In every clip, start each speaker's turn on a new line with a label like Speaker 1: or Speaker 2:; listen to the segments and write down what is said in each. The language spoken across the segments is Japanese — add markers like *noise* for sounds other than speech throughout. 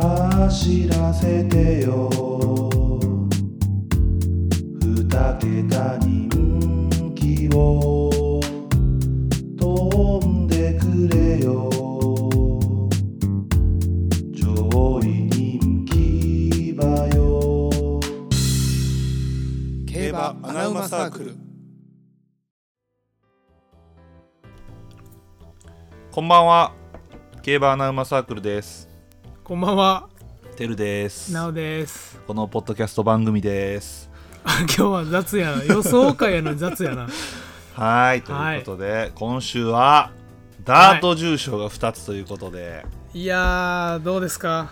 Speaker 1: 走らせてよ二桁人気を飛んでくれよ上位人気馬よ
Speaker 2: 競馬アナウマサークル
Speaker 3: こんばんは。競馬アナウマサークルです。
Speaker 4: こんばんは、
Speaker 3: てるです。
Speaker 4: なおです。
Speaker 3: このポッドキャスト番組です。
Speaker 4: あ今日は雑やな。予想会やのに雑やな。
Speaker 3: はい、ということで、今週はダート重賞が2つということで、
Speaker 4: *laughs* いやー、どうですか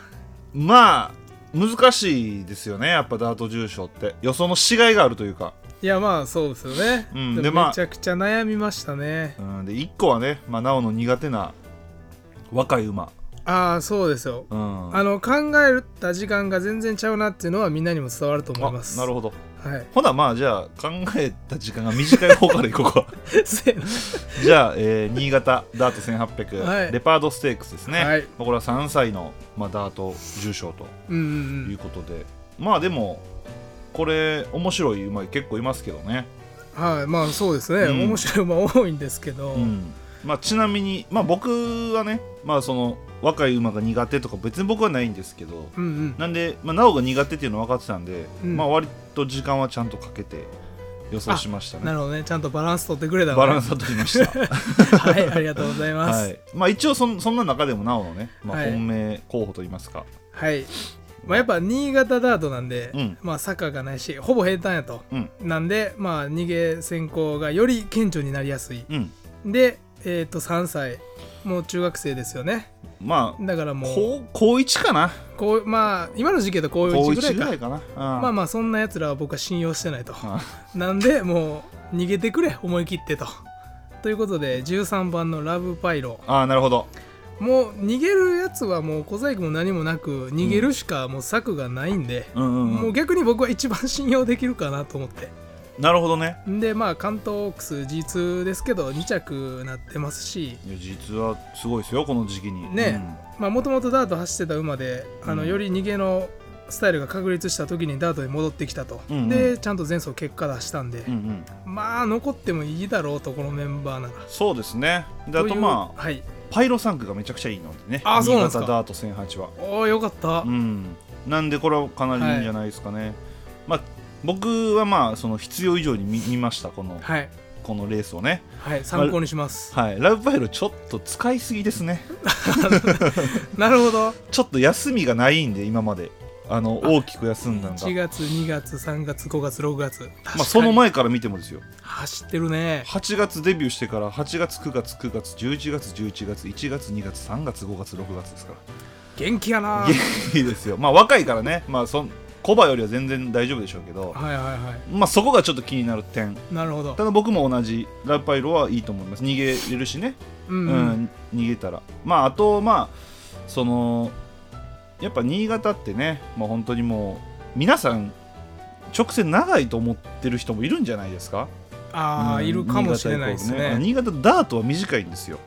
Speaker 3: まあ難しいですよね。やっぱダート重賞って予想のしがいがあるというか、
Speaker 4: いや、まあそうですよね。
Speaker 3: うん
Speaker 4: で
Speaker 3: でまあ
Speaker 4: めちゃくちゃ悩みましたね。
Speaker 3: うん、で1個はね、まあなおの苦手な若い馬。
Speaker 4: ああ、そうですよ。
Speaker 3: うん、
Speaker 4: あの考えた時間が全然ちゃうなっていうのはみんなにも伝わると思います。
Speaker 3: なるほど。
Speaker 4: ど。はい。 *laughs*
Speaker 3: ほなまあじゃあ考えた時間が短い方からいこ
Speaker 4: *laughs*
Speaker 3: うか。
Speaker 4: せやな
Speaker 3: じゃあ、えー新潟ダート1800、
Speaker 4: はい
Speaker 3: レパードステークスですね、
Speaker 4: はい
Speaker 3: まあこれは3歳の、まあ、ダート重賞と
Speaker 4: うんう
Speaker 3: いうんことで、まあでもこれ面白い馬結構いますけどね、
Speaker 4: うん。はい、まあそうですね。
Speaker 3: うん
Speaker 4: 面白い馬多いんですけど。
Speaker 3: うんまあ、ちなみに、まあ、僕はね、まあ、その若い馬が苦手とか別に僕はないんですけど
Speaker 4: うんうん。
Speaker 3: なんで、まあ、なおが苦手っていうの分かってたんで、
Speaker 4: うん
Speaker 3: まあ割と時間はちゃんとかけて予想しました
Speaker 4: な
Speaker 3: ね
Speaker 4: るほどね。ちゃんとバランス取ってくれたのね
Speaker 3: バランスは取りました
Speaker 4: *laughs* はい、ありがとうございます。
Speaker 3: はい、まあ一応そんそんな中でもなおのね、まあ、
Speaker 4: はい
Speaker 3: 本命候補といいますか、
Speaker 4: はい、まあ、やっぱ新潟ダートなんで、
Speaker 3: うん
Speaker 4: まあ坂がないしほぼ平坦やと、
Speaker 3: うん
Speaker 4: なんでまあ逃げ先行がより顕著になりやすい
Speaker 3: うん、
Speaker 4: でえっ、と3歳もう中学生ですよね
Speaker 3: まあ
Speaker 4: だからもう
Speaker 3: 高高一かな
Speaker 4: こうまあ今の時期だと高
Speaker 3: 高
Speaker 4: 1ぐら
Speaker 3: 一
Speaker 4: い
Speaker 3: ぐ
Speaker 4: から
Speaker 3: いかな、うん
Speaker 4: まあまあそんなやつらは僕は信用してないと
Speaker 3: あ
Speaker 4: なんでもう逃げてくれ思い切ってとということで13番のラブパイロ
Speaker 3: あーなるほど
Speaker 4: もう逃げるやつはもう小細工も何もなく逃げるしかもう策がないんで、
Speaker 3: うんうん、
Speaker 4: も
Speaker 3: う、
Speaker 4: うん逆に僕は一番信用できるかなと思って
Speaker 3: なるほどね
Speaker 4: んでまあ関東オークス G2 ですけど2着なってますし
Speaker 3: いや実はすごいですよこの時期に
Speaker 4: ねまあもともとダート走ってた馬であの
Speaker 3: うん
Speaker 4: より逃げのスタイルが確立した時にダートに戻ってきたと、
Speaker 3: うんうん
Speaker 4: でちゃんと前走結果出したんで、
Speaker 3: うん、うんうん
Speaker 4: まあ残ってもいいだろうとこのメンバーなら
Speaker 3: そうですねであ
Speaker 4: い
Speaker 3: と
Speaker 4: う
Speaker 3: まあ
Speaker 4: はい
Speaker 3: パイロ3区がめちゃくちゃいいのでね
Speaker 4: あーそうなんですか
Speaker 3: 新潟ダート1008は
Speaker 4: おおよかった、
Speaker 3: うんなんでこれはかなりいいんじゃないですかね、まあ僕はまあその必要以上に見見ましたこの
Speaker 4: はい
Speaker 3: このレースをね
Speaker 4: はい参考にします、
Speaker 3: はいラブパイロちょっと使いすぎですね
Speaker 4: なるほど
Speaker 3: ちょっと休みがないんで今まであの大きく休んだんが
Speaker 4: 1月2月3月5月6月確かに
Speaker 3: まあ、その前から見てもですよ
Speaker 4: 走ってるね
Speaker 3: 8月デビューしてから8月9月9月11月11月1月2月3月5月6月ですか
Speaker 4: 元気やな
Speaker 3: ら
Speaker 4: はい
Speaker 3: 元気ですよまあ若いからねまあそんコバよりは全然大丈夫でしょうけど
Speaker 4: はいは
Speaker 3: まあそこがちょっと気になる点
Speaker 4: いなるほど
Speaker 3: ただ僕も同じラブパイロはいいと思います逃げれるしね
Speaker 4: うん
Speaker 3: う、
Speaker 4: うんん、
Speaker 3: 逃げたらまああとまあそのやっぱ新潟ってねまあ本当にもう皆さん直線長いと思ってる人もいるんじゃないですか
Speaker 4: ああ、
Speaker 3: うん
Speaker 4: いるかもしれないですね
Speaker 3: 新潟以降ね新潟ダートは短いんですよ、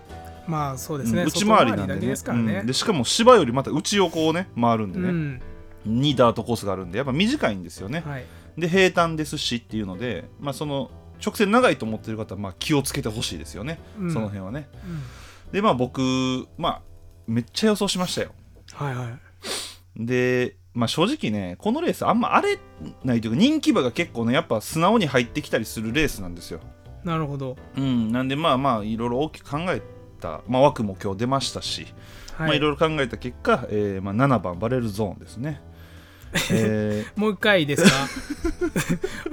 Speaker 4: まあそうですね、
Speaker 3: うん内
Speaker 4: 外
Speaker 3: 回りなんで
Speaker 4: だけ
Speaker 3: ね
Speaker 4: ですからね
Speaker 3: うんでしかも芝よりまた内横をね回るんで
Speaker 4: う
Speaker 3: ね、
Speaker 4: ん
Speaker 3: にダートコースがあるんでやっぱ短いんですよね、
Speaker 4: はい
Speaker 3: で平坦ですしっていうので、まあ、その直線長いと思ってる方はまあ気をつけてほしいですよね、
Speaker 4: うん
Speaker 3: その辺はね
Speaker 4: うん
Speaker 3: でまあ僕まあめっちゃ予想しましたよ
Speaker 4: はいはい
Speaker 3: でまあ正直ねこのレースあんま荒れないというか人気馬が結構ねやっぱ素直に入ってきたりするレースなんですよ
Speaker 4: なるほど、
Speaker 3: うん、なんでまあまあいろいろ大きく考えた、まあ、枠も今日出ましたし、
Speaker 4: はい
Speaker 3: まあ、いろいろ考えた結果、えーまあ、7番バレルゾーンですね。
Speaker 4: *laughs*
Speaker 3: え
Speaker 4: もう一回いい
Speaker 3: *laughs*
Speaker 4: ですか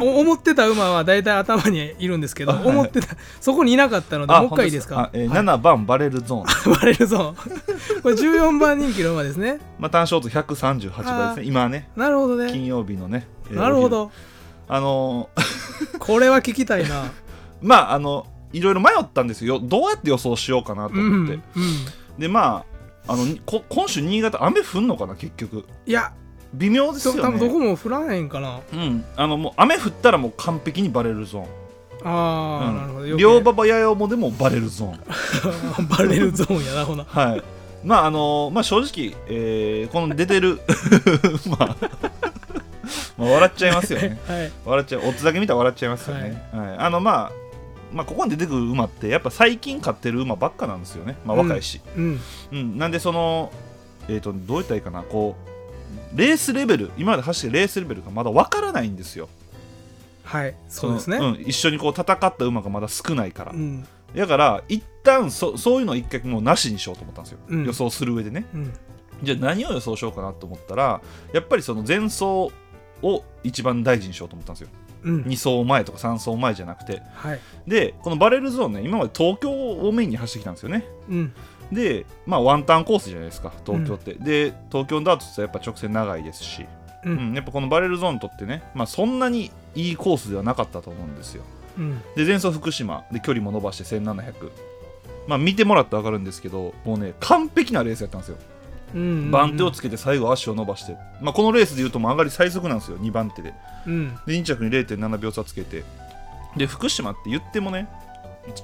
Speaker 4: お思ってた馬は大体頭にいるんですけど、
Speaker 3: はい
Speaker 4: 思ってたそこにいなかった
Speaker 3: ー
Speaker 4: のでもう一回いいです
Speaker 3: あ
Speaker 4: か
Speaker 3: 本当あえー7番バレルゾーン、
Speaker 4: *laughs* バレるぞこれ14番人気の馬ですね
Speaker 3: まあ、単勝と138倍ですね、今ね、
Speaker 4: なるほどね
Speaker 3: 金曜日のね、えー
Speaker 4: なるほ
Speaker 3: お昼
Speaker 4: ど
Speaker 3: あのー *laughs*
Speaker 4: これは聞きたいな
Speaker 3: まあ、あの、いろいろ迷ったんですよ、どうやって予想しようかなと
Speaker 4: うん、
Speaker 3: 思って。
Speaker 4: うん、
Speaker 3: で、まああのにこ、今週、新潟、雨降んのかな、結局、
Speaker 4: いや
Speaker 3: 微妙です
Speaker 4: そ
Speaker 3: よ
Speaker 4: う
Speaker 3: ね。
Speaker 4: 多分どこも降らへんかな
Speaker 3: うん、あのもう雨降ったらもう完璧にバレルゾーン。
Speaker 4: ああ、
Speaker 3: うん
Speaker 4: なるほど *laughs*
Speaker 3: *laughs* 両馬場八重もでもバレるゾーン
Speaker 4: バレるゾーンやなほな
Speaker 3: はいまああのまあ正直、えーこの出てる *laughs* まあまあ笑っちゃいますよ
Speaker 4: *laughs*
Speaker 3: ね
Speaker 4: はい
Speaker 3: 笑っちゃうオッズだけ見たら笑っちゃいますよね、はいあのまあまあここに出てくる馬ってやっぱ最近買ってる馬ばっかなんですよねまあ若いし、
Speaker 4: うん
Speaker 3: うん、なんでその、えー、とどう言ったらいいかなこうレースレベル今まで走ってるレースレベルがまだ分からないんですよ
Speaker 4: はいそうですね
Speaker 3: のうん、一緒にこう戦った馬がまだ少ないから、
Speaker 4: うん
Speaker 3: だから一旦そそういうのを一回もうなしにしようと思ったんですよ、
Speaker 4: うん
Speaker 3: 予想する上でね
Speaker 4: うん
Speaker 3: じゃあ何を予想しようかなと思ったらやっぱりその前走を一番大事にしようと思ったんですよ
Speaker 4: うん
Speaker 3: 2走前とか3走前じゃなくて
Speaker 4: はい
Speaker 3: でこのバレルゾーンね今まで東京をメインに走ってきたんですよね
Speaker 4: うん
Speaker 3: で、まあ、ワンターンコースじゃないですか東京って、で東京のダーツってやっぱ直線長いですし、
Speaker 4: う
Speaker 3: うん
Speaker 4: ん
Speaker 3: やっぱこのバレルゾーンにとってね、まあ、そんなにいいコースではなかったと思うんですよ
Speaker 4: うん
Speaker 3: で前走福島で距離も伸ばして1700まあ見てもらったら分かるんですけどもうね完璧なレースやったんですよ
Speaker 4: うん
Speaker 3: 番手をつけて最後足を伸ばして、まあ、このレースでいうともう上がり最速なんですよ2番手で
Speaker 4: うん
Speaker 3: で2着に0.7秒差つけてで福島って言ってもね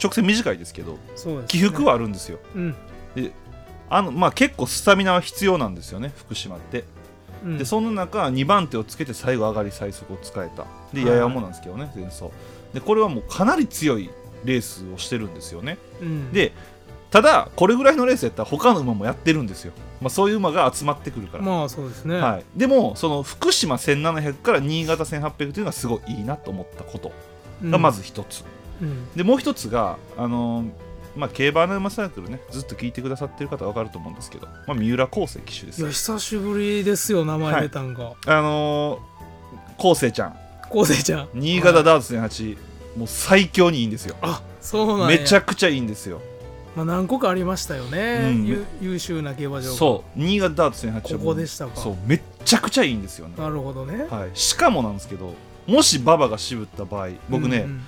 Speaker 3: 直線短いですけど
Speaker 4: そうです
Speaker 3: 起
Speaker 4: ね
Speaker 3: 伏はあるんですよ
Speaker 4: うん
Speaker 3: あのまあ、結構スタミナは必要なんですよね、福島って。
Speaker 4: うん
Speaker 3: で、そんな中、2番手をつけて最後、上がり最速を使えた、で
Speaker 4: はい
Speaker 3: ややもなんですけどね、前走で、これはもうかなり強いレースをしてるんですよね。
Speaker 4: うん
Speaker 3: で、ただ、これぐらいのレースやったら、他の馬もやってるんですよ、まあ、そういう馬が集まってくるから。
Speaker 4: まあそうですね
Speaker 3: はい、でも、その福島1700から新潟1800というのはすごいいいなと思ったこと
Speaker 4: うん
Speaker 3: がまず一つ、
Speaker 4: うん
Speaker 3: でもう一つが、あのーまあ、競馬の馬サークルねずっと聞いてくださってる方は分かると思うんですけど、まあ、三浦康生騎手で
Speaker 4: い
Speaker 3: す
Speaker 4: や久しぶりですよ名前出たんが
Speaker 3: あのー、康生ちゃん
Speaker 4: こうせいちゃん
Speaker 3: 新潟ダーツ08、もう最強にいいんですよ
Speaker 4: あそうなん
Speaker 3: め
Speaker 4: や
Speaker 3: ちゃくちゃいいんですよ
Speaker 4: まあ何個かありましたよね
Speaker 3: うん
Speaker 4: ゆ優秀な競馬場が
Speaker 3: そう新潟ダーツ08はもう
Speaker 4: ここでしたか
Speaker 3: そうめっちゃくちゃいいんですよね、
Speaker 4: なるほどね
Speaker 3: はい、しかもなんですけどもし馬場が渋った場合僕ね、
Speaker 4: うん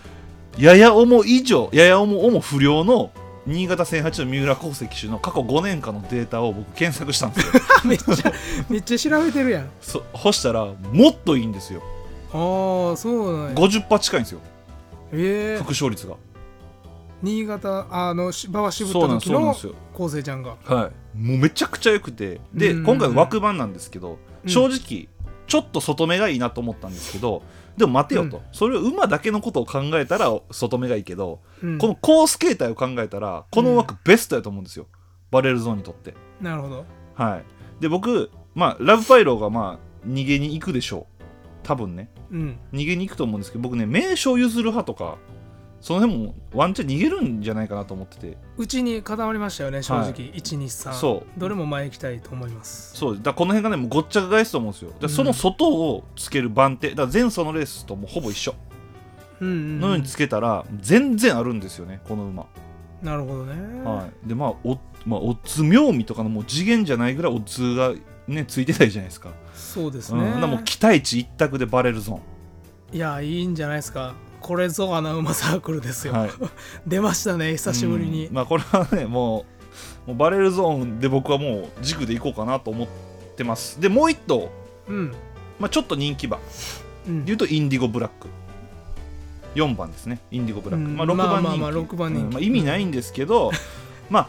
Speaker 3: やや重以上やや重重不良の新潟1008の三浦康生騎手の過去5年間のデータを僕検索したんですよ
Speaker 4: *laughs* うんめっちゃめっちゃ調べてるやんあ
Speaker 3: そ干したらもっといいんですよ
Speaker 4: あそうなんや
Speaker 3: 50%近いんですよ
Speaker 4: ええ
Speaker 3: 副勝率が
Speaker 4: 新潟あのし馬場渋った
Speaker 3: そうなんです
Speaker 4: 時
Speaker 3: そうなん
Speaker 4: の
Speaker 3: ですよ
Speaker 4: こうせいちゃんが
Speaker 3: はいもうめちゃくちゃ良くてで
Speaker 4: うん
Speaker 3: 今回枠番なんですけど
Speaker 4: うん
Speaker 3: 正直ちょっと外目がいいなと思ったんですけどでも待てよと、
Speaker 4: うん
Speaker 3: それを馬だけのことを考えたら外目がいいけど、
Speaker 4: うん
Speaker 3: このコース形態を考えたらこの枠ベストやと思うんですよ、バレルゾーンにとって
Speaker 4: なるほど
Speaker 3: はいで僕まあラブパイローがまあ逃げに行くでしょう多分ね
Speaker 4: うん
Speaker 3: 逃げに行くと思うんですけど僕ね名所譲る派とかその辺もワンチャン逃げるんじゃないかなと思ってて
Speaker 4: うちに固まりましたよね正
Speaker 3: は
Speaker 4: 直
Speaker 3: い
Speaker 4: 123
Speaker 3: そう
Speaker 4: どれも前行きたいと思います
Speaker 3: そうだからこの辺がねもうごっちゃが返すと思うんですよだからその外をつける番手だから前走のレースともうほぼ一緒
Speaker 4: うんうん
Speaker 3: のようにつけたら全然あるんですよねこの馬、
Speaker 4: なるほどね
Speaker 3: はい、でまあお、まあ、オッズ妙味とかのもう次元じゃないぐらいオッズがねついてないじゃないですか
Speaker 4: そうです
Speaker 3: うん、だ
Speaker 4: ね
Speaker 3: からもう期待値一択でバレるゾ
Speaker 4: いやいいんじゃないですかこれぞ穴馬サークルです
Speaker 3: ー
Speaker 4: よ、
Speaker 3: ン、はい、
Speaker 4: *laughs* 出ましたね久しぶりに
Speaker 3: うんまあこれはねもうもうバレルゾーンで僕はもう軸でいこうかなと思ってますでもう一頭、
Speaker 4: うん、
Speaker 3: まあ、ちょっと人気馬
Speaker 4: うん
Speaker 3: でいうとインディゴブラック4番ですねインディゴブラック、
Speaker 4: うん
Speaker 3: まあ、6番人気
Speaker 4: まあまあまあ六番人気
Speaker 3: うんまあ、意味ないんですけ
Speaker 4: *laughs*
Speaker 3: ど、まあ、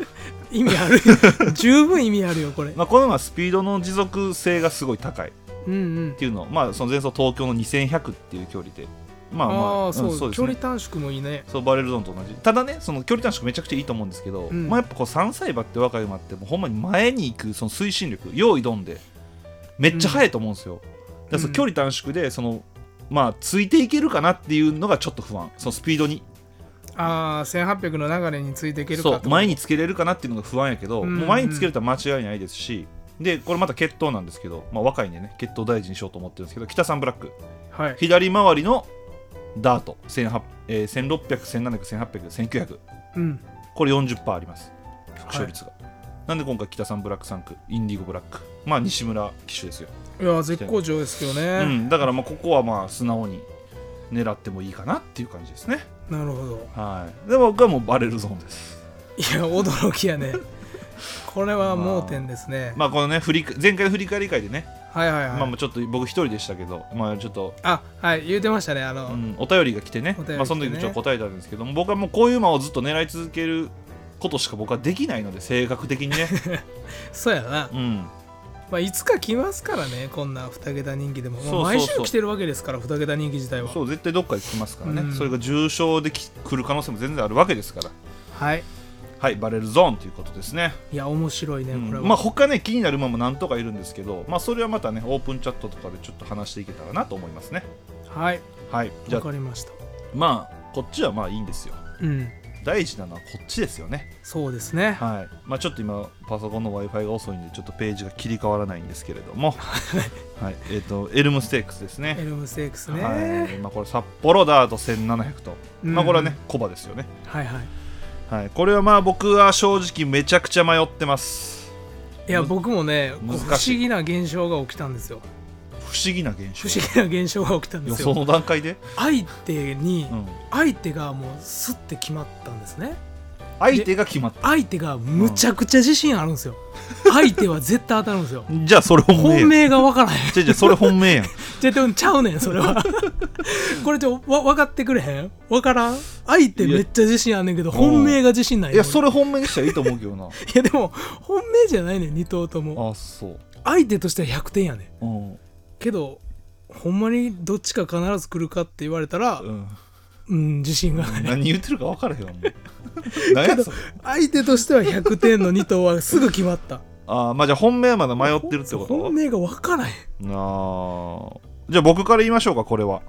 Speaker 4: 意味ある *laughs* 十分意味あるよこれ
Speaker 3: *laughs* まあこの馬はスピードの持続性がすごい高いっ
Speaker 4: うんうん
Speaker 3: ていうのを、まあ、その前走東京の2100っていう距離でまあまあ
Speaker 4: ああ
Speaker 3: ん
Speaker 4: そう,、
Speaker 3: で
Speaker 4: 距
Speaker 3: すね
Speaker 4: 離短縮もいいね
Speaker 3: そうバレルゾーンと同じただねその距離短縮めちゃくちゃいいと思うんですけど、
Speaker 4: うん
Speaker 3: まあ、やっぱこう3歳馬って若い馬ってもうほんまに前に行くその推進力用意どんでめっちゃ速いと思うんですよ、だからその距離短縮でそのまあついていけるかなっていうのがちょっと不安そのスピードに
Speaker 4: ああ1800の流れについていけるか
Speaker 3: そ
Speaker 4: と
Speaker 3: う前につけれるかなっていうのが不安やけど、
Speaker 4: うんうん
Speaker 3: もう前につけれたら間違いないですしでこれまた血統なんですけど、まあ、若いんでね血統大事にしようと思ってるんですけど北三ブラック
Speaker 4: はい
Speaker 3: 左回りのダート1800、えー、1600170018001900
Speaker 4: うん
Speaker 3: これ40%あります副勝率が、なんで今回北三ブラック3区インディゴブラックまあ西村騎手ですよ、
Speaker 4: いや絶好調ですよ
Speaker 3: う
Speaker 4: ね、
Speaker 3: ん、だからまあここはまあ素直に狙ってもいいかなっていう感じですね
Speaker 4: なるほど
Speaker 3: はいで僕はもうバレルゾーンです
Speaker 4: いや驚きやねこれは盲点ですね、
Speaker 3: まあこのね振り前回の振り返り会でね
Speaker 4: はいはいはい、
Speaker 3: まあ、まあちょっと僕一人でしたけど、まあ、ちょっと、
Speaker 4: あはい言うてましたねあの、
Speaker 3: うんお便りが来てね
Speaker 4: お便りが来てね
Speaker 3: まあ、その時にちょっと答えたんですけども僕はもうこういう馬をずっと狙い続けることしか僕はできないので性格的に *laughs* ね
Speaker 4: そうやな、
Speaker 3: うん
Speaker 4: まあ、いつか来ますからねこんな2桁人気でも、まあ
Speaker 3: そうそうそう
Speaker 4: 毎週来てるわけですから2桁人気自体は
Speaker 3: そう絶対どっかで来ますからね、
Speaker 4: うん
Speaker 3: それが重症でき来る可能性も全然あるわけですから
Speaker 4: はい
Speaker 3: はいバレルゾーンということですね、
Speaker 4: いや面白いね
Speaker 3: う
Speaker 4: こ
Speaker 3: ん
Speaker 4: れは、
Speaker 3: まあ他ね気になる馬も何とかいるんですけどまあそれはまたねオープンチャットとかでちょっと話していけたらなと思いますね
Speaker 4: はい
Speaker 3: はいじゃ
Speaker 4: わ
Speaker 3: あ
Speaker 4: かりました
Speaker 3: まあこっちはまあいいんですよ
Speaker 4: うん
Speaker 3: 大事なのはこっちですよね
Speaker 4: そうですね
Speaker 3: はいまあちょっと今パソコンの w i f i が遅いんでちょっとページが切り替わらないんですけれど
Speaker 4: *laughs*
Speaker 3: もはいえっ、とエルムステークスです
Speaker 4: エ
Speaker 3: ね
Speaker 4: ルムステークスね、
Speaker 3: はいまあこれ札幌ダート1700と、
Speaker 4: うん
Speaker 3: まあこれはねコバですよね
Speaker 4: はいはい
Speaker 3: はい、これはまあ僕は正直めちゃくちゃ迷ってます
Speaker 4: いや
Speaker 3: む
Speaker 4: 僕もねこう
Speaker 3: 難
Speaker 4: 不
Speaker 3: しい
Speaker 4: 思議な現象が起きたんですよ
Speaker 3: 不思議な現
Speaker 4: 不
Speaker 3: 象
Speaker 4: 思議な現象が起きたんで
Speaker 3: 予
Speaker 4: す
Speaker 3: 想
Speaker 4: よ
Speaker 3: の段階で、
Speaker 4: 相手に、
Speaker 3: うん、
Speaker 4: 相手がもうスッて決まったんですね
Speaker 3: 相手が決まっ
Speaker 4: 相手がむちゃくちゃ自信あるんですよ、相手は絶対当たるんですよ
Speaker 3: たじゃあそれ *laughs* 本命
Speaker 4: 本
Speaker 3: や
Speaker 4: 命が分からへん
Speaker 3: じゃあじゃあそれ本 *laughs* 命やん
Speaker 4: じゃでもちゃうねんそれは *laughs* これちょわ分かってくれへん分からん相手めっちゃ自信あんねんけど
Speaker 3: いや
Speaker 4: 本命が自信ない
Speaker 3: いやそ
Speaker 4: れ
Speaker 3: れ本命にしたらいいと思うけどない
Speaker 4: やでも本命じゃないねん2頭とも
Speaker 3: *laughs* あそう、
Speaker 4: 相手としては100点やねん
Speaker 3: うん
Speaker 4: けどほんまにどっちか必ず来るかって言われたら
Speaker 3: うん、
Speaker 4: うん自信がない
Speaker 3: 何言ってるか分からへんわ *laughs* もう何やそれ
Speaker 4: 相手としては100点の2頭はすぐ決まった
Speaker 3: あーまあじゃあ本命はまだ迷ってるってこ
Speaker 4: そう
Speaker 3: と
Speaker 4: 本命が分からへん
Speaker 3: あーじゃあ僕から言いましょうかこれは、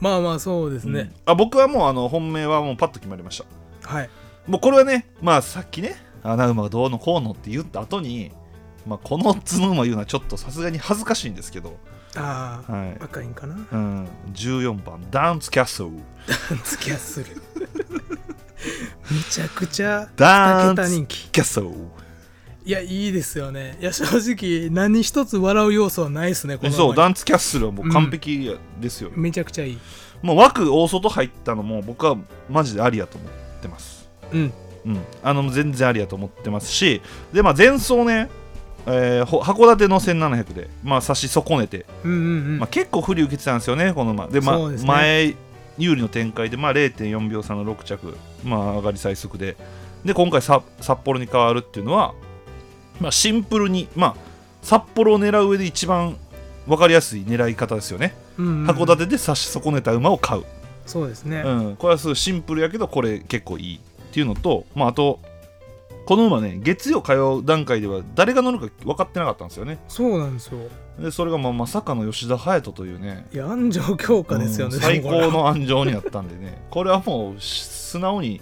Speaker 4: まあまあそうです
Speaker 3: うん
Speaker 4: ね、
Speaker 3: あ僕はもうあの本命はもうパッと決まりました
Speaker 4: はい
Speaker 3: もうこれはね、まあさっきね、穴馬がどうのこうのって言った後に、まあこの角馬言うのはちょっとさすがに恥ずかしいんですけど、
Speaker 4: ああ、
Speaker 3: はい。
Speaker 4: 赤いんかな *laughs*
Speaker 3: うん、14番、ダンスキャッスル。
Speaker 4: 付き合いするめちゃくちゃ
Speaker 3: ダ
Speaker 4: 2
Speaker 3: ン
Speaker 4: 桁
Speaker 3: ス
Speaker 4: 人気
Speaker 3: キャッスル。
Speaker 4: いやいいですよねいや正直何一つ笑う要素はないですねこの
Speaker 3: そう、
Speaker 4: 馬
Speaker 3: ダンスキャッスルはもう完璧ですよ。
Speaker 4: にめちゃくちゃいい
Speaker 3: もう枠大外入ったのも僕はマジでありやと思ってます。
Speaker 4: うん
Speaker 3: うん、あの全然ありやと思ってますし、で、まあ前走ね、えーほ函館の1700で、まあ差し損ねて、
Speaker 4: うんうんうん
Speaker 3: まあ、結構不利受けてたんですよね、この馬。で、ま
Speaker 4: そうですね
Speaker 3: 前有利の展開で、まあ、0.4秒差の6着、まあ、上がり最速で、で今回さ、札幌に変わるっていうのは、まあ、シンプルに、まあ、札幌を狙う上で一番分かりやすい狙い方ですよね。
Speaker 4: うんうんうん
Speaker 3: 函館で差し損ねた馬を買う。
Speaker 4: そうですね
Speaker 3: うん、これはすごいシンプルやけど、これ結構いいっていうのと、まあ、あと、この馬ね、月曜、火曜段階では誰が乗るか分かってなかったんですよね。
Speaker 4: そうなんですよ
Speaker 3: でそれがまあまさかの吉田隼人というね、
Speaker 4: いや安城強化ですよね、
Speaker 3: うん
Speaker 4: でも
Speaker 3: 最
Speaker 4: これ
Speaker 3: 高
Speaker 4: *laughs*
Speaker 3: の安城になったんでねこれはもう素直に、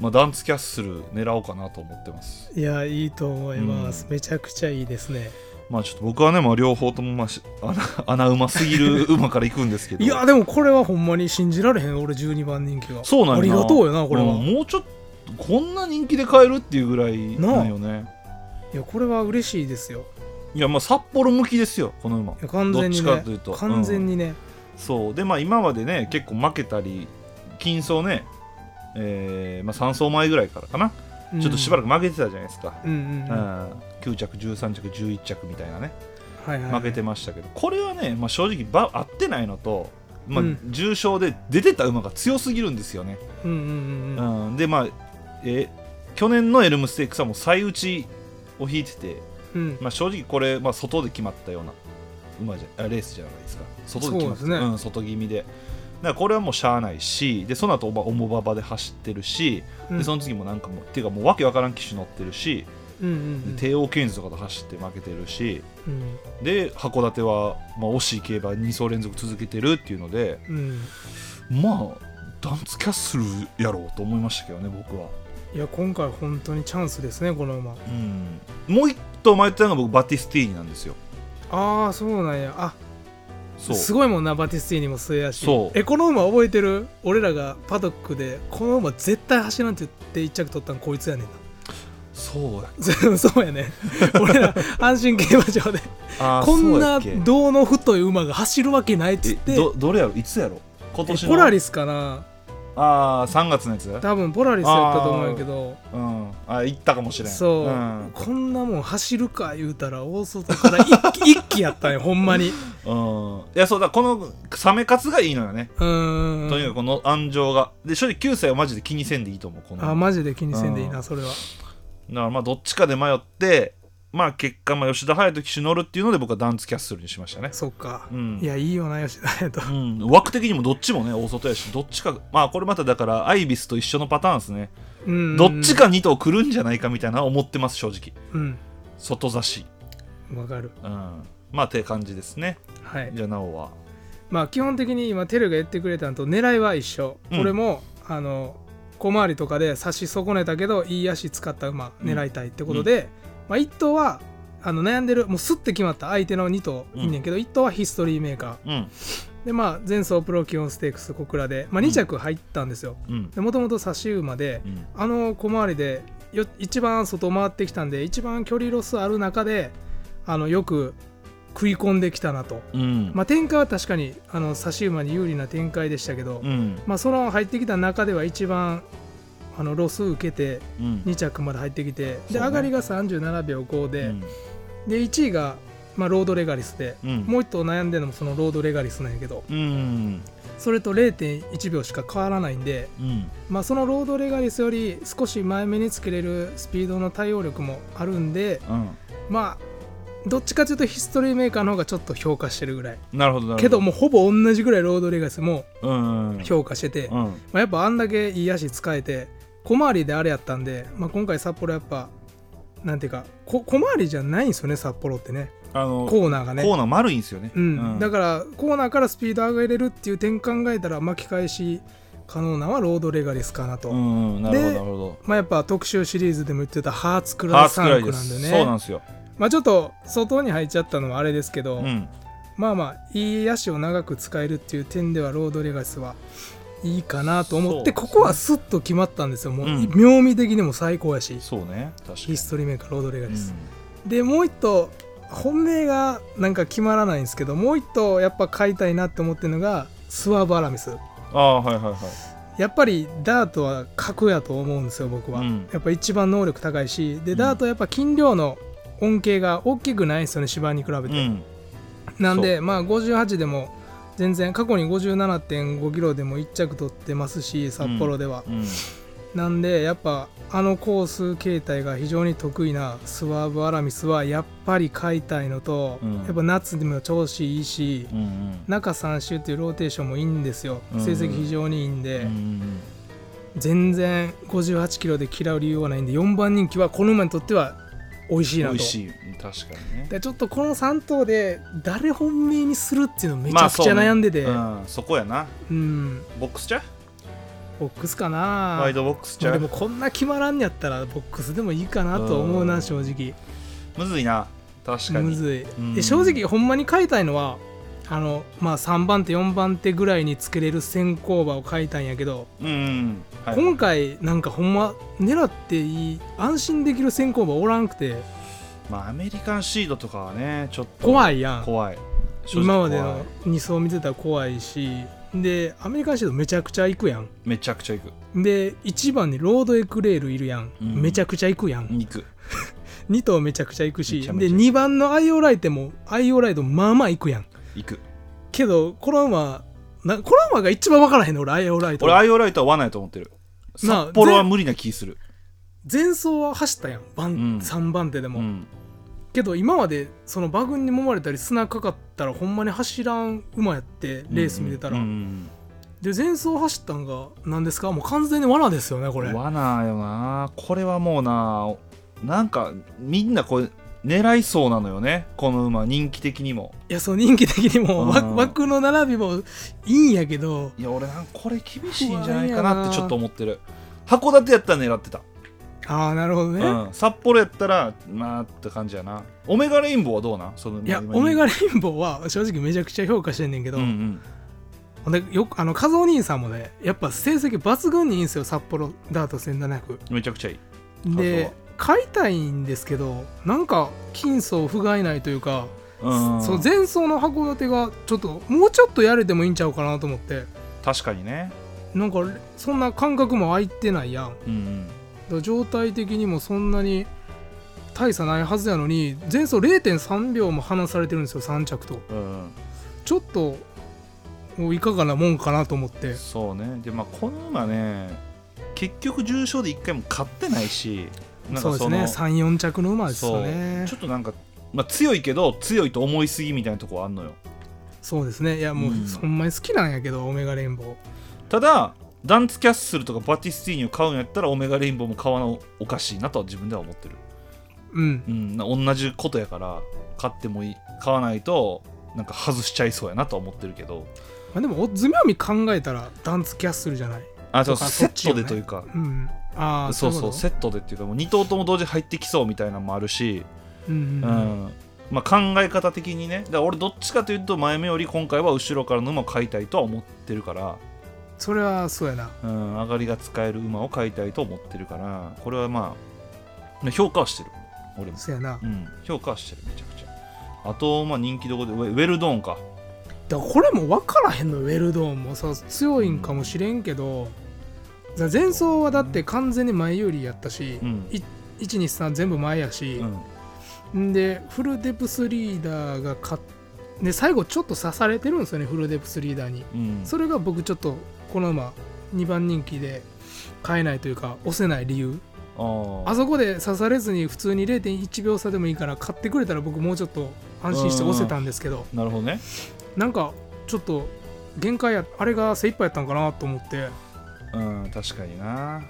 Speaker 3: まあ、ダンツキャッスル狙おうかなと思ってます
Speaker 4: いやいいと思います、めちゃくちゃいいですね
Speaker 3: まあちょっと僕はね、まあ、両方とも、まあし、穴穴馬すぎる馬から行くんですけど
Speaker 4: *laughs* いやでもこれはほんまに信じられへん俺12番人気が
Speaker 3: そうなんや
Speaker 4: ありがとうよなこれは、
Speaker 3: うん
Speaker 4: い
Speaker 3: もうちょっとこんな人気で買えるっていうぐらいなんよね
Speaker 4: やこれは嬉しいですよ
Speaker 3: いやまあ札幌向きですよこの馬
Speaker 4: いや完全にね
Speaker 3: どっちかというと
Speaker 4: 完全にね、
Speaker 3: そうでまあ今までね結構負けたり金走ねえーまあ、3走前ぐらいからかな、ちょっとしばら
Speaker 4: く
Speaker 3: く負けてたじゃないですか、
Speaker 4: うんうんうん、
Speaker 3: う
Speaker 4: は
Speaker 3: ん9着13着11着みたいなね
Speaker 4: いはいはい
Speaker 3: 負けてましたけどこれはね、まあ、正直ば合ってないのと、まあ
Speaker 4: うん、
Speaker 3: 重賞で出てた馬が強すぎるんですよね、
Speaker 4: うんうんうん
Speaker 3: う
Speaker 4: うん
Speaker 3: んでまあ、え去年のエルムステークスはもう最打ちを引いてて、
Speaker 4: うん
Speaker 3: まあ、正直これ、まあ、外で決まったような馬じゃあレースじゃないですか外で決まった
Speaker 4: そうですね
Speaker 3: ん、外気味で。だからこれはもうしゃあないしでその後まあ重馬場で走ってるし、
Speaker 4: うん
Speaker 3: でその次もなんかもうっていうかもうわけわからん機種乗ってるし、
Speaker 4: うんうん
Speaker 3: 帝王ケインズとかと走って負けてるし
Speaker 4: うん
Speaker 3: で函館は、まあ、惜しい競馬2走連続続けてるっていうので
Speaker 4: うん
Speaker 3: まあダンツキャッスルやろうと思いましたけどね僕は、
Speaker 4: いや今回本当にチャンスですねこの馬
Speaker 3: うん、もう一頭迷ってたのが僕バティスティーニなんですよ
Speaker 4: ああそうなんやあ
Speaker 3: そう
Speaker 4: すごいもんなバティスティーニも末やし
Speaker 3: そう
Speaker 4: えこの馬覚えてる俺らがパドックでこの馬絶対走らんって言って一着取ったのこいつやねんな
Speaker 3: そうだ
Speaker 4: そう *laughs* そう
Speaker 3: *laughs*
Speaker 4: やね俺ら阪神競馬場で
Speaker 3: あー
Speaker 4: こんな
Speaker 3: そうやっけ
Speaker 4: 胴の太い馬が走るわけないっつっ
Speaker 3: え
Speaker 4: て
Speaker 3: どどれやろいつやろ今
Speaker 4: え
Speaker 3: 年の
Speaker 4: ポラリスかな
Speaker 3: ああ3月のやつ
Speaker 4: 多分ポラリスやったと思うんやけど
Speaker 3: うんあ行ったかもしれん
Speaker 4: そう、
Speaker 3: ん
Speaker 4: こんなもん走るか言うたら大外から一気一気やったねほんまに
Speaker 3: うん、いやそうだこのサメカツがいいのよね、
Speaker 4: うーん
Speaker 3: とにかくこの安情がで正直9歳はマジで気にせんでいいと思うこの
Speaker 4: あマジで気にせんでいいうなそれは
Speaker 3: だからまあどっちかで迷ってまあ結果まあ吉田隼人騎手乗るっていうので僕はダンツキャッスルにしましたね
Speaker 4: そっか、
Speaker 3: うん
Speaker 4: いやいいよな吉田隼人
Speaker 3: うん、枠的にもどっちもね大外やしどっちかまあこれまただからアイビスと一緒のパターンですね、
Speaker 4: うん
Speaker 3: どっちか2頭来るんじゃないかみたいな思ってます正直
Speaker 4: うん
Speaker 3: 外差し、
Speaker 4: わかる
Speaker 3: うん、まあって感じですね
Speaker 4: はい
Speaker 3: じゃあなおは
Speaker 4: まあ基本的に今テルが言ってくれたのと狙いは一緒、
Speaker 3: うん
Speaker 4: これもあの小回りとかで差し損ねたけどいい足使った馬
Speaker 3: うん
Speaker 4: 狙いたいってことで、まあ、1頭はあの悩んでるもうスッて決まった相手の2頭いいねんけど、1頭はヒストリーメーカ
Speaker 3: うん
Speaker 4: ーでまあ前走プロキオンステークス小倉で、まあ、2着入ったんですよ
Speaker 3: うん
Speaker 4: もともと差し馬で
Speaker 3: うん
Speaker 4: あの小回りでよ一番外回ってきたんで一番距離ロスある中であのよく食い込んできたなと
Speaker 3: うん
Speaker 4: まあ、展開は確かにあの差し馬に有利な展開でしたけど、
Speaker 3: うん
Speaker 4: まあ、その入ってきた中では一番あのロス受けて
Speaker 3: うん
Speaker 4: 2着まで入ってきて
Speaker 3: そう
Speaker 4: で
Speaker 3: ね
Speaker 4: 上がりが37秒5で,、
Speaker 3: うん
Speaker 4: で1位が、まあ、ロードレガリスで、
Speaker 3: うん
Speaker 4: もう一頭悩んでるのもそのロードレガリスなんやけど
Speaker 3: うん
Speaker 4: それと0.1秒しか変わらないんで、
Speaker 3: うん
Speaker 4: まあ、そのロードレガリスより少し前目につけれるスピードの対応力もあるんで
Speaker 3: うん
Speaker 4: まあどっちかというとヒストリーメーカーの方がちょっと評価してるぐらい
Speaker 3: なるほどなるほど
Speaker 4: けどもうほぼ同じぐらいロードレガリスも
Speaker 3: うん
Speaker 4: 評価してて、
Speaker 3: う
Speaker 4: ま
Speaker 3: ん
Speaker 4: あ、やっぱあんだけいい足使えて小回りであれやったんで、まあ、今回札幌やっぱなんていうかこ小回りじゃないんですよね札幌ってね
Speaker 3: あのコ
Speaker 4: コーナーがね
Speaker 3: ーナー丸いんですよね
Speaker 4: うんだからコーナーからスピード上げれるっていう点考えたら巻き返し可能なのはロードレガリスかなと、
Speaker 3: うんうんなるほど
Speaker 4: で
Speaker 3: なるほど
Speaker 4: まあ、やっぱ特集シリーズでも言ってたハーツク
Speaker 3: ハー
Speaker 4: ラ
Speaker 3: ツ
Speaker 4: ス
Speaker 3: く
Speaker 4: 3
Speaker 3: らい
Speaker 4: 区
Speaker 3: で
Speaker 4: なんですね
Speaker 3: そうなんですよ
Speaker 4: まあ、ちょっと外に入っちゃったのはあれですけど、
Speaker 3: うん
Speaker 4: まあまあいい足を長く使えるっていう点ではロードレガスはいいかなと思って、
Speaker 3: そうですね
Speaker 4: ここはスッと決まったんですよもう、
Speaker 3: うん
Speaker 4: 妙味的にも最高やし
Speaker 3: そうね確か
Speaker 4: ヒ
Speaker 3: に
Speaker 4: ストリーメーカーロードレガ
Speaker 3: う
Speaker 4: ス
Speaker 3: ん
Speaker 4: でもう一頭本命がなんか決まらないんですけどもう一頭やっぱ買いたいなって思ってるのがスワーブ・アラミス
Speaker 3: ああはいはいはい
Speaker 4: やっぱりダートは格やと思うんですよ僕は、
Speaker 3: うん
Speaker 4: やっぱ一番能力高いしで
Speaker 3: ん
Speaker 4: ダートはやっぱ斤量の恩恵が大きくないんですよね芝に比べて、
Speaker 3: うん
Speaker 4: なんで、まあ、58でも全然過去に57.5キロでも1着取ってますし札幌では、
Speaker 3: うん
Speaker 4: なんでやっぱあのコース形態が非常に得意なスワーブ・アラミスはやっぱり買いたいのと、
Speaker 3: うん
Speaker 4: やっぱ夏でも調子いいし、
Speaker 3: うんうん
Speaker 4: 中3周っていうローテーションもいいんですよ、
Speaker 3: うん
Speaker 4: 成績非常にいいんで、
Speaker 3: うん
Speaker 4: 全然58キロで嫌う理由はないんで4番人気はこの馬にとっては美味しい
Speaker 3: 美
Speaker 4: なと
Speaker 3: 味しい確かにね
Speaker 4: でちょっとこの3頭で誰本命にするっていうのめちゃくちゃ
Speaker 3: まあそうね
Speaker 4: 悩んでて、
Speaker 3: うんそこやな
Speaker 4: うん、
Speaker 3: ボックス茶
Speaker 4: ボックスかな
Speaker 3: ワイドボックス
Speaker 4: まあ
Speaker 3: 茶
Speaker 4: でもこんな決まらんやったらボックスでもいいかなと思う
Speaker 3: う
Speaker 4: なん正直
Speaker 3: むずいな確か
Speaker 4: む
Speaker 3: に
Speaker 4: ずい、
Speaker 3: うん
Speaker 4: で正直ほんまに買いたいのはあのまあ3番手4番手ぐらいにつけれる先行馬を買いたいんやけど、
Speaker 3: うんうんはい
Speaker 4: 今回なんかほんま狙っていい安心できる先行馬おらんくて
Speaker 3: まあアメリカンシードとかはねちょっと
Speaker 4: 怖
Speaker 3: い
Speaker 4: いやん
Speaker 3: 怖い正直
Speaker 4: 今
Speaker 3: 怖
Speaker 4: ま
Speaker 3: い
Speaker 4: での2走見てたら怖いしでアメリカンシードめちゃくちゃ行くやん
Speaker 3: めちゃくちゃいく
Speaker 4: で1番にロードエクレールいるやん、
Speaker 3: うん
Speaker 4: めちゃくちゃ行くやん、
Speaker 3: 肉
Speaker 4: 2頭めちゃくちゃ行くし
Speaker 3: めち
Speaker 4: で
Speaker 3: ゃめちゃ行く
Speaker 4: 2番のアイオライトもアイオライトまあまあ行くやん
Speaker 3: いく
Speaker 4: けどこの馬なこの馬が一番分からへんの俺アイオライト
Speaker 3: 俺アイオライトは罠やと思ってる
Speaker 4: なあ
Speaker 3: 札幌は無理な気する
Speaker 4: 前走は走ったやん番、
Speaker 3: うん
Speaker 4: 3番手で
Speaker 3: う
Speaker 4: も、
Speaker 3: ん
Speaker 4: けど今までその馬群に揉まれたり砂かかったらほんまに走らん馬やってレース見てたら、
Speaker 3: うんうん
Speaker 4: で前走走ったんが何ですかもう完全に罠ですよねこれ
Speaker 3: 罠よなこれはもうななんかみんなこれ狙いそうなのよねこの馬人気的にも
Speaker 4: いやそう人気的にも、
Speaker 3: うん
Speaker 4: わ枠の並びもいいんやけど
Speaker 3: いや俺なんかこれ厳しいんじゃないかなってちょっと思ってる函館やったら狙ってた、
Speaker 4: ああなるほどね、
Speaker 3: うん、札幌やったらまあって感じやなオメガレインボーはどうなんその
Speaker 4: いや
Speaker 3: 今
Speaker 4: オメガ
Speaker 3: レ
Speaker 4: レインボーは正直めちゃくちゃ評価してんねんけど、
Speaker 3: うんうん
Speaker 4: ほんでよくあの和夫兄さんもねやっぱ成績抜群にいいんですよ札幌ダート1700
Speaker 3: めちゃくちゃいい
Speaker 4: で買いたいんですけどなんか金層不甲斐ないというか、
Speaker 3: うん
Speaker 4: その前走の函館がちょっともうちょっとやれてもいいんちゃうかなと思って
Speaker 3: 確かにね
Speaker 4: なんかそんな感覚も空いてないやんだか
Speaker 3: うん
Speaker 4: ら状態的にもそんなに大差ないはずやのに前走0.3秒も離されてるんですよ3着と
Speaker 3: うんうん
Speaker 4: ちょっともういかがなもんかなと思って
Speaker 3: そうねでまあこの馬ね結局重賞で1回も勝ってないしなんか
Speaker 4: そうです
Speaker 3: そ
Speaker 4: ね
Speaker 3: の
Speaker 4: 34着の馬ですよ
Speaker 3: そう
Speaker 4: ね
Speaker 3: ちょっとなんか、まあ、強いけど強いと思いすぎみたいなとこはあんのよ
Speaker 4: そうですねいやもう、
Speaker 3: うん
Speaker 4: ほんまに好きなんやけどオメガレインボー
Speaker 3: ただダンツキャッスルとかバティスティーニを買うんやったらオメガレインボーも買わなおかしいなとは自分では思ってる、
Speaker 4: うん
Speaker 3: うん、な同じことやから買ってもいい買わないとなんか外しちゃいそうやなとは思ってるけど
Speaker 4: まあ、でもオッズ妙味考えたらダンツキャッスルじゃない
Speaker 3: あそう
Speaker 4: とか
Speaker 3: セ
Speaker 4: そっ
Speaker 3: ッ
Speaker 4: ちよ
Speaker 3: ト
Speaker 4: ね
Speaker 3: でというか
Speaker 4: うんああ
Speaker 3: そうそう
Speaker 4: い
Speaker 3: セットでっていうかもう2頭とも同時に入ってきそうみたいなのもあるし、
Speaker 4: ことう
Speaker 3: う
Speaker 4: んうんんうん
Speaker 3: まあ、考え方的にねだから俺どっちかというと前目より今回は後ろからの馬を買いたいとは思ってるから、
Speaker 4: それはそうやな
Speaker 3: うん、上がりが使える馬を買いたいと思ってるからこれはまあね評価はしてる俺も、
Speaker 4: そうやな
Speaker 3: うん、評価はしてるめちゃくちゃあとまあ人気どこでウェウェルドーンか
Speaker 4: だからこれも分からへんのウェルドーンもさ強いんかもしれんけど、だ前走はだって完全に前有利やったし、
Speaker 3: うん
Speaker 4: い123全部前やし
Speaker 3: う、ん
Speaker 4: ん、でフルデプスリーダーが勝っで最後ちょっと刺されてるんですよねフルデプスリーダーに
Speaker 3: うん
Speaker 4: それが僕ちょっとこの馬2番人気で買えないというか押せない理由
Speaker 3: あー
Speaker 4: あそこで刺されずに普通に0.1秒差でもいいから買ってくれたら僕もうちょっと安心して押せたんですけど
Speaker 3: なるほどね
Speaker 4: なんかちょっと限界やあれが精一杯やったんかなと思って
Speaker 3: うん確かにな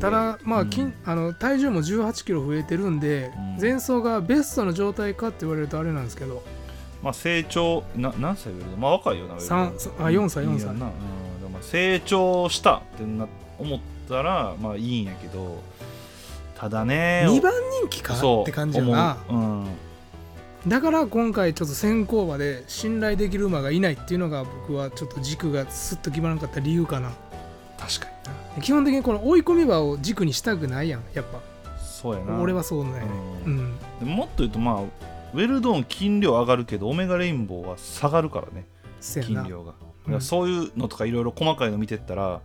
Speaker 4: ただまあ、
Speaker 3: う
Speaker 4: 筋
Speaker 3: ん
Speaker 4: あの体重も1 8キロ増えてるんで、
Speaker 3: うん
Speaker 4: 前走がベストの状態かって言われるとあれなんですけど
Speaker 3: まあ、成長な何歳ウェルドーンまあ若いよなウェルドーン
Speaker 4: 三あ4歳4
Speaker 3: いいや
Speaker 4: 歳
Speaker 3: んな、うん、でもまあ成長したってな思ったらまあいいんやけどただね
Speaker 4: 2番人気か
Speaker 3: そう
Speaker 4: って感じやな
Speaker 3: 思ううん
Speaker 4: だから今回ちょっと先行馬で信頼できる馬がいないっていうのが僕はちょっと軸がスッと決まらなかった理由かな
Speaker 3: 確か
Speaker 4: 基本的にこの追い込み馬を軸にしたくないやんやっ
Speaker 3: にそうや
Speaker 4: ぱ
Speaker 3: な
Speaker 4: 俺はそうね
Speaker 3: う
Speaker 4: うん、
Speaker 3: でももっと言うとまあウェルドーン金量上がるけどオメガレインボーは下がるからね
Speaker 4: せや
Speaker 3: 金
Speaker 4: な
Speaker 3: 量が、
Speaker 4: うん
Speaker 3: いやそういうのとかいろいろ細かいの見てったら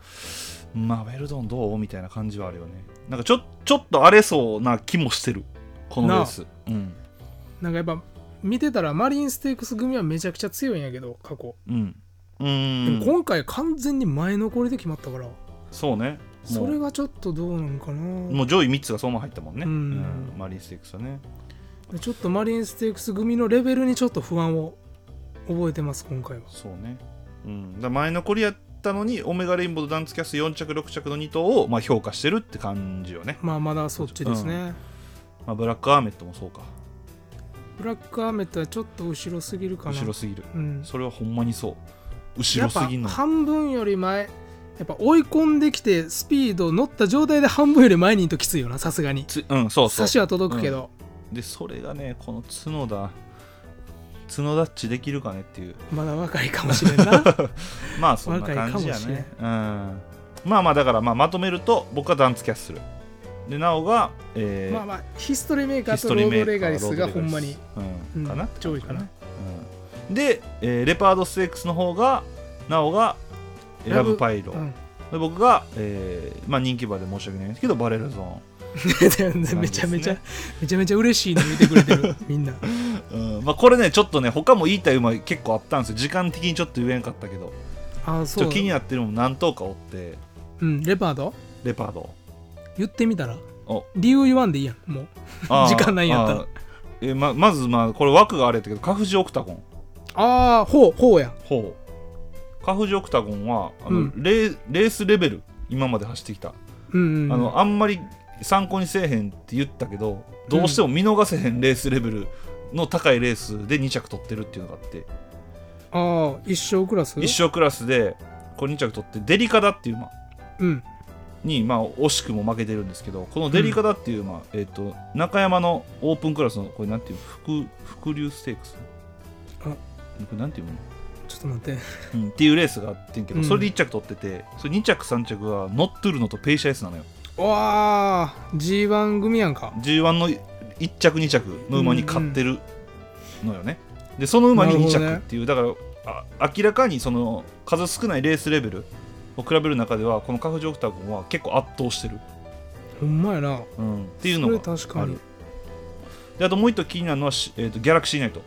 Speaker 3: まあウェルドーンどうみたいな感じはあるよねなんかちょちょっと荒れそうな気もしてるこのレースうん
Speaker 4: なんかやっぱ見てたらマリンステークス組はめちゃくちゃ強いんやけど過去、
Speaker 3: うんう
Speaker 4: でも
Speaker 3: ーん
Speaker 4: 今回完全に前残りで決まったから
Speaker 3: そうねも
Speaker 4: そうれがちょっとどうなんかな
Speaker 3: もう上位3つがそのまま入ったもんね、
Speaker 4: うん
Speaker 3: うんマリンステークスはね
Speaker 4: ちょっとマリンステークス組のレベルにちょっと不安を覚えてます今回は
Speaker 3: そうね、うん、だから前残りやったのにオメガレインボーとダンツキャス4着6着の2頭をまあ評価してるって感じよね、
Speaker 4: まあまだそっちですね、
Speaker 3: まあ、ブラックアーメットもそうか
Speaker 4: ブラックアーメットはちょっと後ろすぎるかな
Speaker 3: 後ろすぎる
Speaker 4: うん
Speaker 3: それはほんまにそう後ろすぎんの
Speaker 4: やっぱ半分より前やっぱ追い込んできてスピード乗った状態で半分より前にいるときついよなさすがに
Speaker 3: つうんそうそ
Speaker 4: 差
Speaker 3: う
Speaker 4: しは届くけど、
Speaker 3: でそれがねこの角田角ダッチできるかねっていう
Speaker 4: まだ若いかもしれんな
Speaker 3: まあそんな感じや
Speaker 4: 若い
Speaker 3: ねうんまあまあだからまあまとめると僕はダンツキャッスルでなおが、 *laughs* えー
Speaker 4: まあまあヒストリーメー
Speaker 3: ヒ
Speaker 4: カー
Speaker 3: ス
Speaker 4: と
Speaker 3: ト
Speaker 4: ロ
Speaker 3: リー
Speaker 4: ー
Speaker 3: メー
Speaker 4: ド
Speaker 3: カー
Speaker 4: レガリスが
Speaker 3: ロー
Speaker 4: ほ
Speaker 3: ドレ
Speaker 4: んま
Speaker 3: ガリ
Speaker 4: に
Speaker 3: ス、
Speaker 4: う
Speaker 3: うんん、かな
Speaker 4: 上位かな、
Speaker 3: うん、で、えーレパード 6X の方がなおがえーラ
Speaker 4: ラブ
Speaker 3: ブパイロ、
Speaker 4: うん
Speaker 3: で僕が、えーまあ、人気馬で申し訳ないんですけどバレルゾ
Speaker 4: *laughs* 全然めちゃめちゃ、めちゃめちゃ嬉しいの見てくれ
Speaker 3: *laughs*
Speaker 4: てるみんな
Speaker 3: ーン、うんまあ、これねちょっとね他も言いたい馬結構あったんですよ時間的にちょっと言えんかったけど
Speaker 4: あ
Speaker 3: ちょ
Speaker 4: あそ
Speaker 3: っ
Speaker 4: う
Speaker 3: と気になってるのも何頭かおって
Speaker 4: うんレパード
Speaker 3: レパー
Speaker 4: *laughs*
Speaker 3: ド
Speaker 4: 言ってみたら
Speaker 3: お
Speaker 4: 理由言わんでいいやんもう
Speaker 3: あー
Speaker 4: 時間ないんやったら
Speaker 3: あーえーままずまあこれ枠があれやったけどカフジオクタゴン
Speaker 4: ああほうほうや
Speaker 3: ほうカフジオクタゴンはあの、
Speaker 4: うん
Speaker 3: レーレースレベル今まで走ってきた
Speaker 4: うんうんうん
Speaker 3: あのあんまり参考にせえへんって言ったけどどうしても見逃せへんレースレベルの高いレースで2着取ってるっていうのがあって
Speaker 4: ああ一生クラス
Speaker 3: 一生クラスでこれ2着取ってデリカダっていう馬
Speaker 4: うん
Speaker 3: に、まあ、惜しくも負けてるんですけどこのデリカダっていう馬、えっと中山のオープンクラスのこれなんていう副副流ステークス
Speaker 4: あ
Speaker 3: これなんていうの、
Speaker 4: ちょっと待って
Speaker 3: うん、っていうレースがあってんけど、
Speaker 4: うん
Speaker 3: それで1着取っててそれ2着3着はノットゥルノとペイシャエスなのよ
Speaker 4: わあ G1 組やんか
Speaker 3: G1 の1着2着の馬に勝ってるのよね、でその馬に2着っていう、だからあ明らかにその数少ないレースレベルを比べる中ではこのカフジョクタ君は結構圧倒してる、
Speaker 4: ほんまやなっ
Speaker 3: うん、っていうのが
Speaker 4: 確か
Speaker 3: あ
Speaker 4: に
Speaker 3: るであともう一頭気になるのはし、えーとギャラクシーナイト、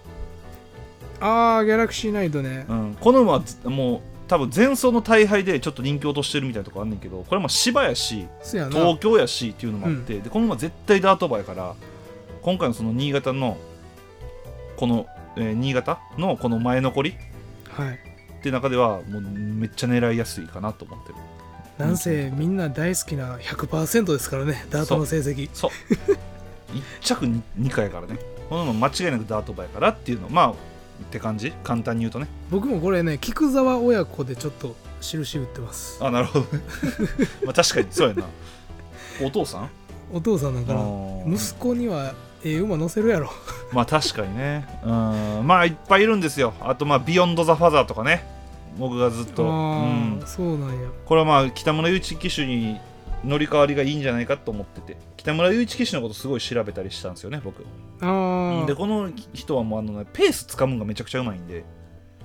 Speaker 4: ああギャラクシーナイトね
Speaker 3: うん、この馬はずもう多分前走の大敗でちょっと人気落としてるみたいなとこあんねんけどこれも芝やし
Speaker 4: そやな
Speaker 3: 東京やしっていうのもあって、でこの馬絶対ダート馬やから今回のその新潟のこの、えー新潟のこの前残り
Speaker 4: はい
Speaker 3: っていう中ではもうめっちゃ狙いやすいかなと思ってる
Speaker 4: なんせみんな大好きな100%ですからねダートの成績
Speaker 3: そう一着に2回やからねこの馬間違いなくダート馬やからっていうのまあって感じ簡単に言うとね
Speaker 4: 僕もこれね菊沢親子でちょっと印打ってます
Speaker 3: あなるほどね *laughs* まあ確かにそうやなお父さん
Speaker 4: お父さんなんか
Speaker 3: あ
Speaker 4: な
Speaker 3: ー
Speaker 4: 息子にはええ馬乗せるやろ
Speaker 3: まあ確かにねうんまあいっぱいいるんですよあとまあ「ビヨンド・ザ・ファザー」とかね僕がずっと、う
Speaker 4: あ
Speaker 3: ん
Speaker 4: あ、そうなんや
Speaker 3: これはまあ北村雄一騎手に乗り換わりがいいんじゃないかと思ってて北村雄一騎手のことすごい調べたりしたんですよね僕
Speaker 4: あ
Speaker 3: で
Speaker 4: あ
Speaker 3: この人はもうあの、ね、ペースつかむのがめちゃくちゃうまいんで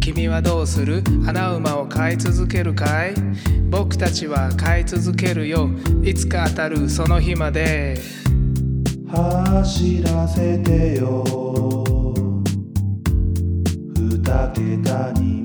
Speaker 4: 君はどうする穴馬を飼い続けるかい僕たちは飼い続けるよいつか当たるその日まで
Speaker 1: 走らせてよ二桁に